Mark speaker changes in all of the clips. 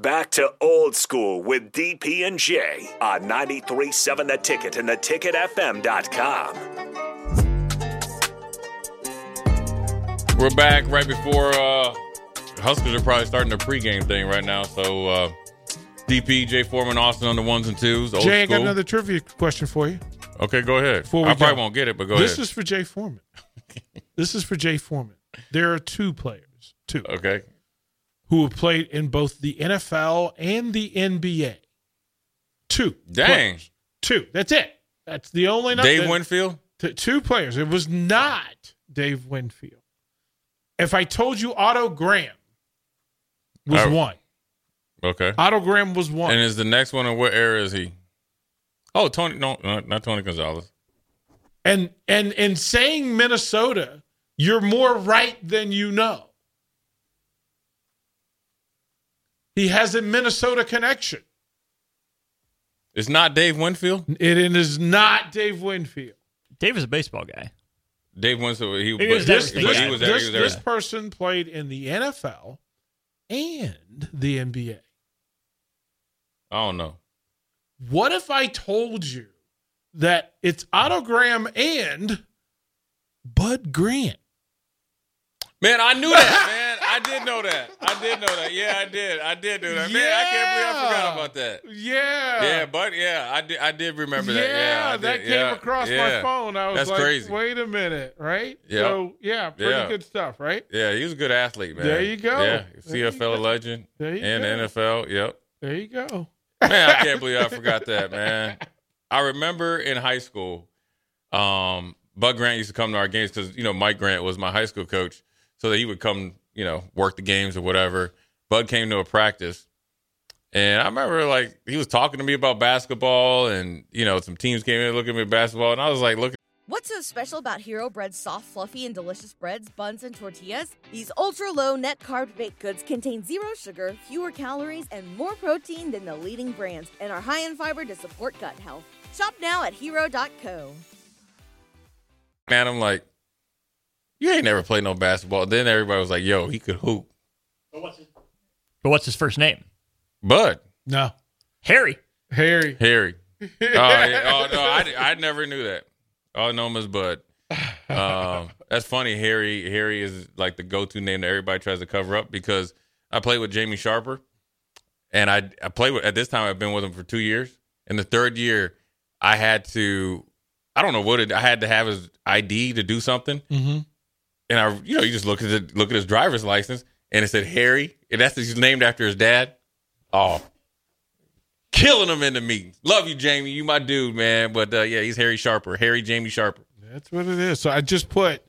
Speaker 1: Back to old school with DP and J on 93.7 The Ticket and theticketfm.com.
Speaker 2: We're back right before uh, Huskers are probably starting their pregame thing right now. So uh, DP, Jay Foreman, Austin on the ones and twos. Old
Speaker 3: Jay, I
Speaker 2: school.
Speaker 3: got another trivia question for you.
Speaker 2: okay, go ahead. I
Speaker 3: Before we
Speaker 2: probably
Speaker 3: go.
Speaker 2: won't get it, but go
Speaker 3: this
Speaker 2: ahead.
Speaker 3: is for Jay Foreman. this is for Jay Foreman. There are two players, two,
Speaker 2: okay.
Speaker 3: who have played in both the NFL and the NBA. Two.
Speaker 2: Dang.
Speaker 3: players. Two. That's it. That's the only number.
Speaker 2: Dave Winfield.
Speaker 3: T- two players. It was not Dave Winfield. If I told you Otto Graham was
Speaker 2: Oh.
Speaker 3: one,
Speaker 2: Okay.
Speaker 3: Otto Graham was one.
Speaker 2: And is the next one in what era is he? Oh, Tony. No, no, not Tony Gonzalez.
Speaker 3: and and in saying Minnesota, you're more right than you know. He has a Minnesota connection.
Speaker 2: It's not Dave Winfield.
Speaker 3: It is not Dave Winfield.
Speaker 4: Dave is a baseball guy.
Speaker 2: Dave Winfield. He,
Speaker 4: He
Speaker 2: but-
Speaker 4: was
Speaker 3: This,
Speaker 2: but
Speaker 4: everything.
Speaker 3: this-
Speaker 2: he was there. he
Speaker 3: this-
Speaker 2: was there.
Speaker 3: this person played in the NFL and the NBA.
Speaker 2: I don't know.
Speaker 3: What if I told you that it's Otto Graham and Bud Grant?
Speaker 2: Man, I knew that, man. I did know that. I did know that. Yeah, I did. I did do that. Man, I can't believe I forgot
Speaker 3: Yeah.
Speaker 2: about that.
Speaker 3: Yeah.
Speaker 2: Yeah, but yeah, I did. I did remember that.
Speaker 3: yeah,
Speaker 2: Yeah, I
Speaker 3: that
Speaker 2: did.
Speaker 3: came
Speaker 2: Yeah,
Speaker 3: across my
Speaker 2: yeah.
Speaker 3: phone. I was
Speaker 2: That's
Speaker 3: like,
Speaker 2: crazy.
Speaker 3: wait a minute, right?
Speaker 2: Yeah.
Speaker 3: So, yeah, pretty
Speaker 2: Yeah.
Speaker 3: good stuff, right?
Speaker 2: Yeah, he was a good athlete, man.
Speaker 3: There you go.
Speaker 2: Yeah,
Speaker 3: There you
Speaker 2: CFL
Speaker 3: go.
Speaker 2: legend
Speaker 3: There you
Speaker 2: and
Speaker 3: go.
Speaker 2: NFL. Yep.
Speaker 3: There you go.
Speaker 2: Man, I can't believe I forgot that, man. I remember in high school, um, Bud Grant used to come to our games because you know Mike Grant was my high school coach, so that he would come, you know, work the games or whatever. Bud came to a practice, and I remember like he was talking to me about basketball, and you know some teams came in looking at me at basketball, and I was like, looking.
Speaker 5: What's so special about Hero Bread's soft, fluffy, and delicious breads, buns, and tortillas? These ultra low net carb baked goods contain zero sugar, fewer calories, and more protein than the leading brands, and are high in fiber to support gut health. Shop now at hero.co.
Speaker 2: man, I'm like, you ain't never played no basketball. Then everybody was like, yo, he could hoop.
Speaker 4: But what's his first name?
Speaker 2: Bud,
Speaker 3: No.
Speaker 4: Harry.
Speaker 3: Harry.
Speaker 2: Harry. Oh, yeah. oh no, I, I never knew that. Oh, All I know him as Bud. Um, that's funny. Harry Harry is like the go-to name that everybody tries to cover up because I played with Jamie Sharper, and I I played with at this time I've been with him for two years. In the third year, I had to, I don't know what it, I had to have his ID to do something,
Speaker 3: Mm-hmm.
Speaker 2: and I, you know, you just look at the, look at his driver's license, and it said Harry, and that's he's named after his dad. Oh, killing him in the meeting. Love you, Jamie. You my dude, man. But uh, yeah, he's Harry Sharper, Harry Jamie Sharper.
Speaker 3: That's what it is. So I just put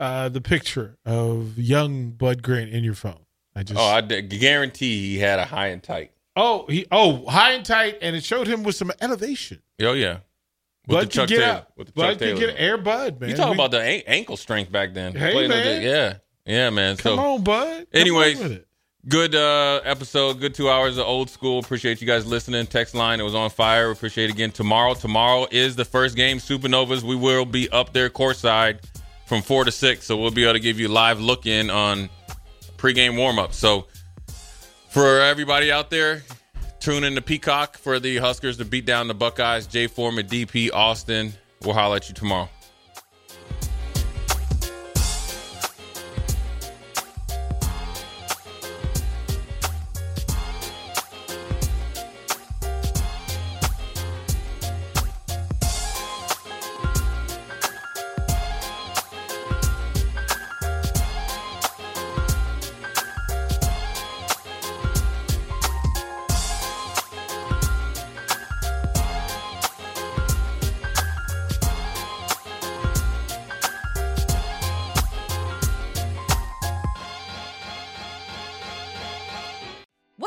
Speaker 3: uh, the picture of young Bud Grant in your phone. I just
Speaker 2: Oh, I d- guarantee he had a high and tight.
Speaker 3: oh he oh high and tight, and it showed him with some elevation.
Speaker 2: Oh yeah, with
Speaker 3: Bud
Speaker 2: the
Speaker 3: could
Speaker 2: Chuck
Speaker 3: get
Speaker 2: Taylor.
Speaker 3: up.
Speaker 2: With the
Speaker 3: Bud
Speaker 2: Chuck Taylor.
Speaker 3: could get air Bud man.
Speaker 2: you talking
Speaker 3: We-
Speaker 2: about the a- ankle strength back then?
Speaker 3: Hey,
Speaker 2: Playing with it.
Speaker 3: man.
Speaker 2: Yeah, yeah, man.
Speaker 3: Come
Speaker 2: so
Speaker 3: on, Bud.
Speaker 2: Anyways,
Speaker 3: Come on with it.
Speaker 2: good uh, episode. Good two hours of old school. Appreciate you guys listening. Text line, it was on fire. Appreciate it again tomorrow. Tomorrow is the first game, Supernovas. We will be up there courtside from four to six, so we'll be able to give you a live look in on pregame warm up. So for everybody out there, tune in to Peacock for the Huskers to beat down the Buckeyes. Jay Foreman, DP, Austin. We'll holler at you tomorrow.